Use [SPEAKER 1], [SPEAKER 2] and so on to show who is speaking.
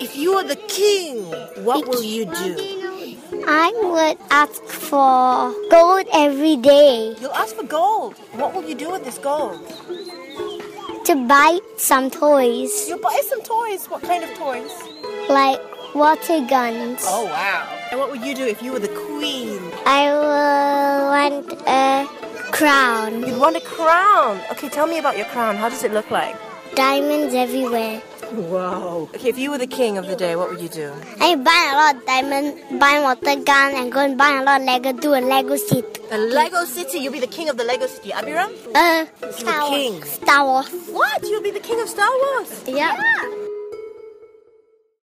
[SPEAKER 1] If you were the king, what will you do?
[SPEAKER 2] I would ask for gold every day
[SPEAKER 1] You'll ask for gold. What will you do with this gold?
[SPEAKER 2] to buy some toys,
[SPEAKER 1] You'll buy some toys. What kind of toys?
[SPEAKER 2] like water guns.
[SPEAKER 1] Oh, wow. And what would you do if you were the queen?
[SPEAKER 2] I will want a crown,
[SPEAKER 1] You'd want a crown. Okay, tell me about your crown. How does it look like?
[SPEAKER 2] diamonds everywhere.
[SPEAKER 1] Wow. Okay, if you were the king of the day, what would you do?
[SPEAKER 2] I buy a lot of diamond, buy water gun, and go and buy a lot of Lego, do a Lego seat.
[SPEAKER 1] The Lego City. You'll be the king of the Lego City. Abiram?
[SPEAKER 2] Uh,
[SPEAKER 1] You're the king.
[SPEAKER 2] Star Wars.
[SPEAKER 1] What? You'll be the king of Star Wars.
[SPEAKER 2] Yep. Yeah.